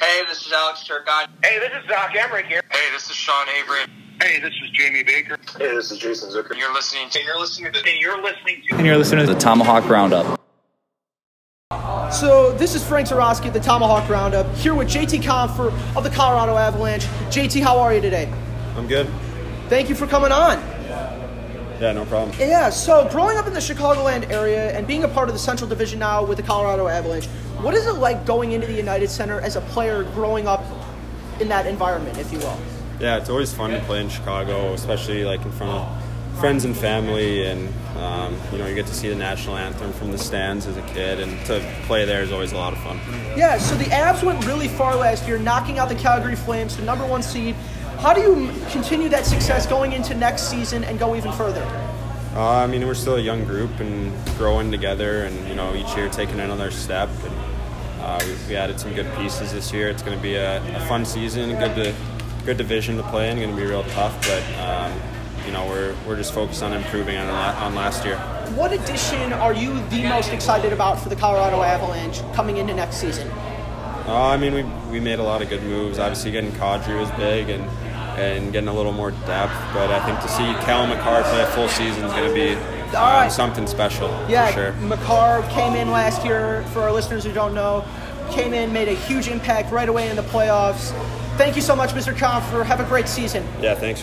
Hey, this is Alex Turcotte. Hey, this is Doc Emmerich here. Hey, this is Sean Avery. Hey, this is Jamie Baker. Hey, this is Jason Zucker. And you're listening to. And you're listening to. And you're listening to. And you're listening to the Tomahawk Roundup. So this is Frank Zaroski at the Tomahawk Roundup here with JT Comfort of the Colorado Avalanche. JT, how are you today? I'm good. Thank you for coming on. Yeah, no problem. Yeah, so growing up in the Chicagoland area and being a part of the Central Division now with the Colorado Avalanche, what is it like going into the United Center as a player growing up in that environment, if you will? Yeah, it's always fun to play in Chicago, especially like in front of friends and family, and um, you know you get to see the national anthem from the stands as a kid, and to play there is always a lot of fun. Yeah, so the Avs went really far last year, knocking out the Calgary Flames, the number one seed. How do you continue that success going into next season and go even further? Uh, I mean, we're still a young group and growing together, and you know each year taking another step. And uh, we, we added some good pieces this year. It's going to be a, a fun season. Good to good division to play in. Going to be real tough, but um, you know we're we're just focused on improving on la- on last year. What addition are you the most excited about for the Colorado Avalanche coming into next season? Uh, I mean, we we made a lot of good moves. Obviously, getting Kadri was big and. And getting a little more depth, but I think to see Cal McCarr play a full season is going to be um, All right. something special Yeah, for sure. McCarr came in last year. For our listeners who don't know, came in, made a huge impact right away in the playoffs. Thank you so much, Mr. Comfort. Have a great season. Yeah, thanks, Rob.